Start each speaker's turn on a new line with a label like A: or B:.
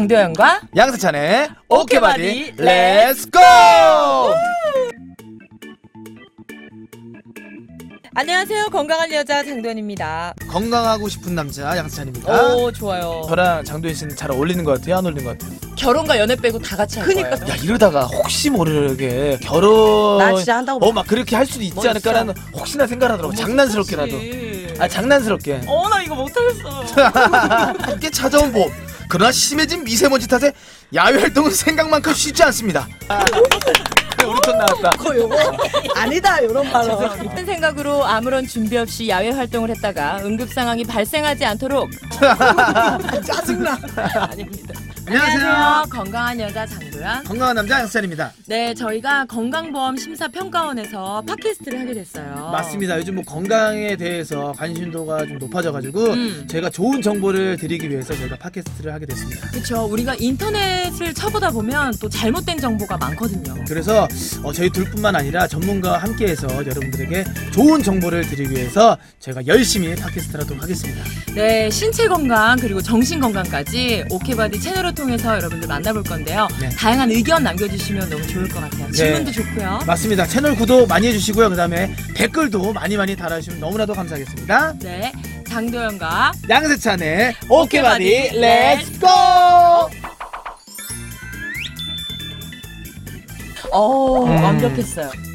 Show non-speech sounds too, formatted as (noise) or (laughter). A: 장도연과
B: 양세찬의
A: 오케바디
B: 오케바디 렛츠고!
A: 안녕하세요 건강한 여자 장도연입니다.
B: 건강하고 싶은 남자 양세찬입니다.
A: 오 좋아요.
B: 저랑 장도연 씨는 잘 어울리는 것 같아요? 안 어울리는 것 같아요?
A: 결혼과 연애 빼고 다 같이 할
C: 그니까.
A: 거예요.
B: 야 이러다가 혹시 모르게 결혼
C: 나 진짜 한다고
B: 어 막 그렇게 할 수도 있지
C: 멋있어.
B: 않을까라는 혹시나 생각하더라고 장난스럽게라도 아 장난스럽게
C: 어나 이거
B: (laughs)
C: 못하겠어
B: 함께 찾아온 봄 그러나 심해진 미세먼지 탓에 야외 활동은 생각만큼 쉽지 않습니다 아, 그래, 우리 편 나왔다
C: 아니다 이런 말로
A: 같은 생각으로 아무런 준비 없이 야외 활동을 했다가 응급 상황이 발생하지 않도록
B: (laughs)
C: 짜증나 아닙니다
B: 안녕하세요
A: 건강한 여자 장도연.
B: 건강한 남자 양세찬입니다
A: 네 저희가 건강보험 심사평가원에서 팟캐스트를 하게 됐어요.
B: 맞습니다. 요즘 뭐 건강에 대해서 관심도가 좀 높아져가지고
A: 음.
B: 저희가 좋은 정보를 드리기 위해서 저희가 팟캐스트를 하게 됐습니다.
A: 그렇죠. 우리가 인터넷을 쳐보다 보면 또 잘못된 정보가 많거든요.
B: 그래서 어, 저희 둘뿐만 아니라 전문가와 함께해서 여러분들에게 좋은 정보를 드리기 위해서 저희가 열심히 팟캐스트를 하도록 하겠습니다.
A: 네, 신체 건강 그리고 정신 건강까지 오케바디 채널을 통해서 여러분들 만나볼 건데요.
B: 네.
A: 다양한 의견 남겨주시면 너무 좋을 것 같아요. 질문도 좋고요.
B: 맞습니다. 채널 구독 많이 해주시고요. 그 다음에 댓글도 많이 많이 달아주시면 너무나도 감사하겠습니다.
A: 네, 장도연과
B: 음. 양세찬의
A: 오케바디
B: 오케바디 렛츠고!
A: 어
B: 음.
A: 완벽했어요.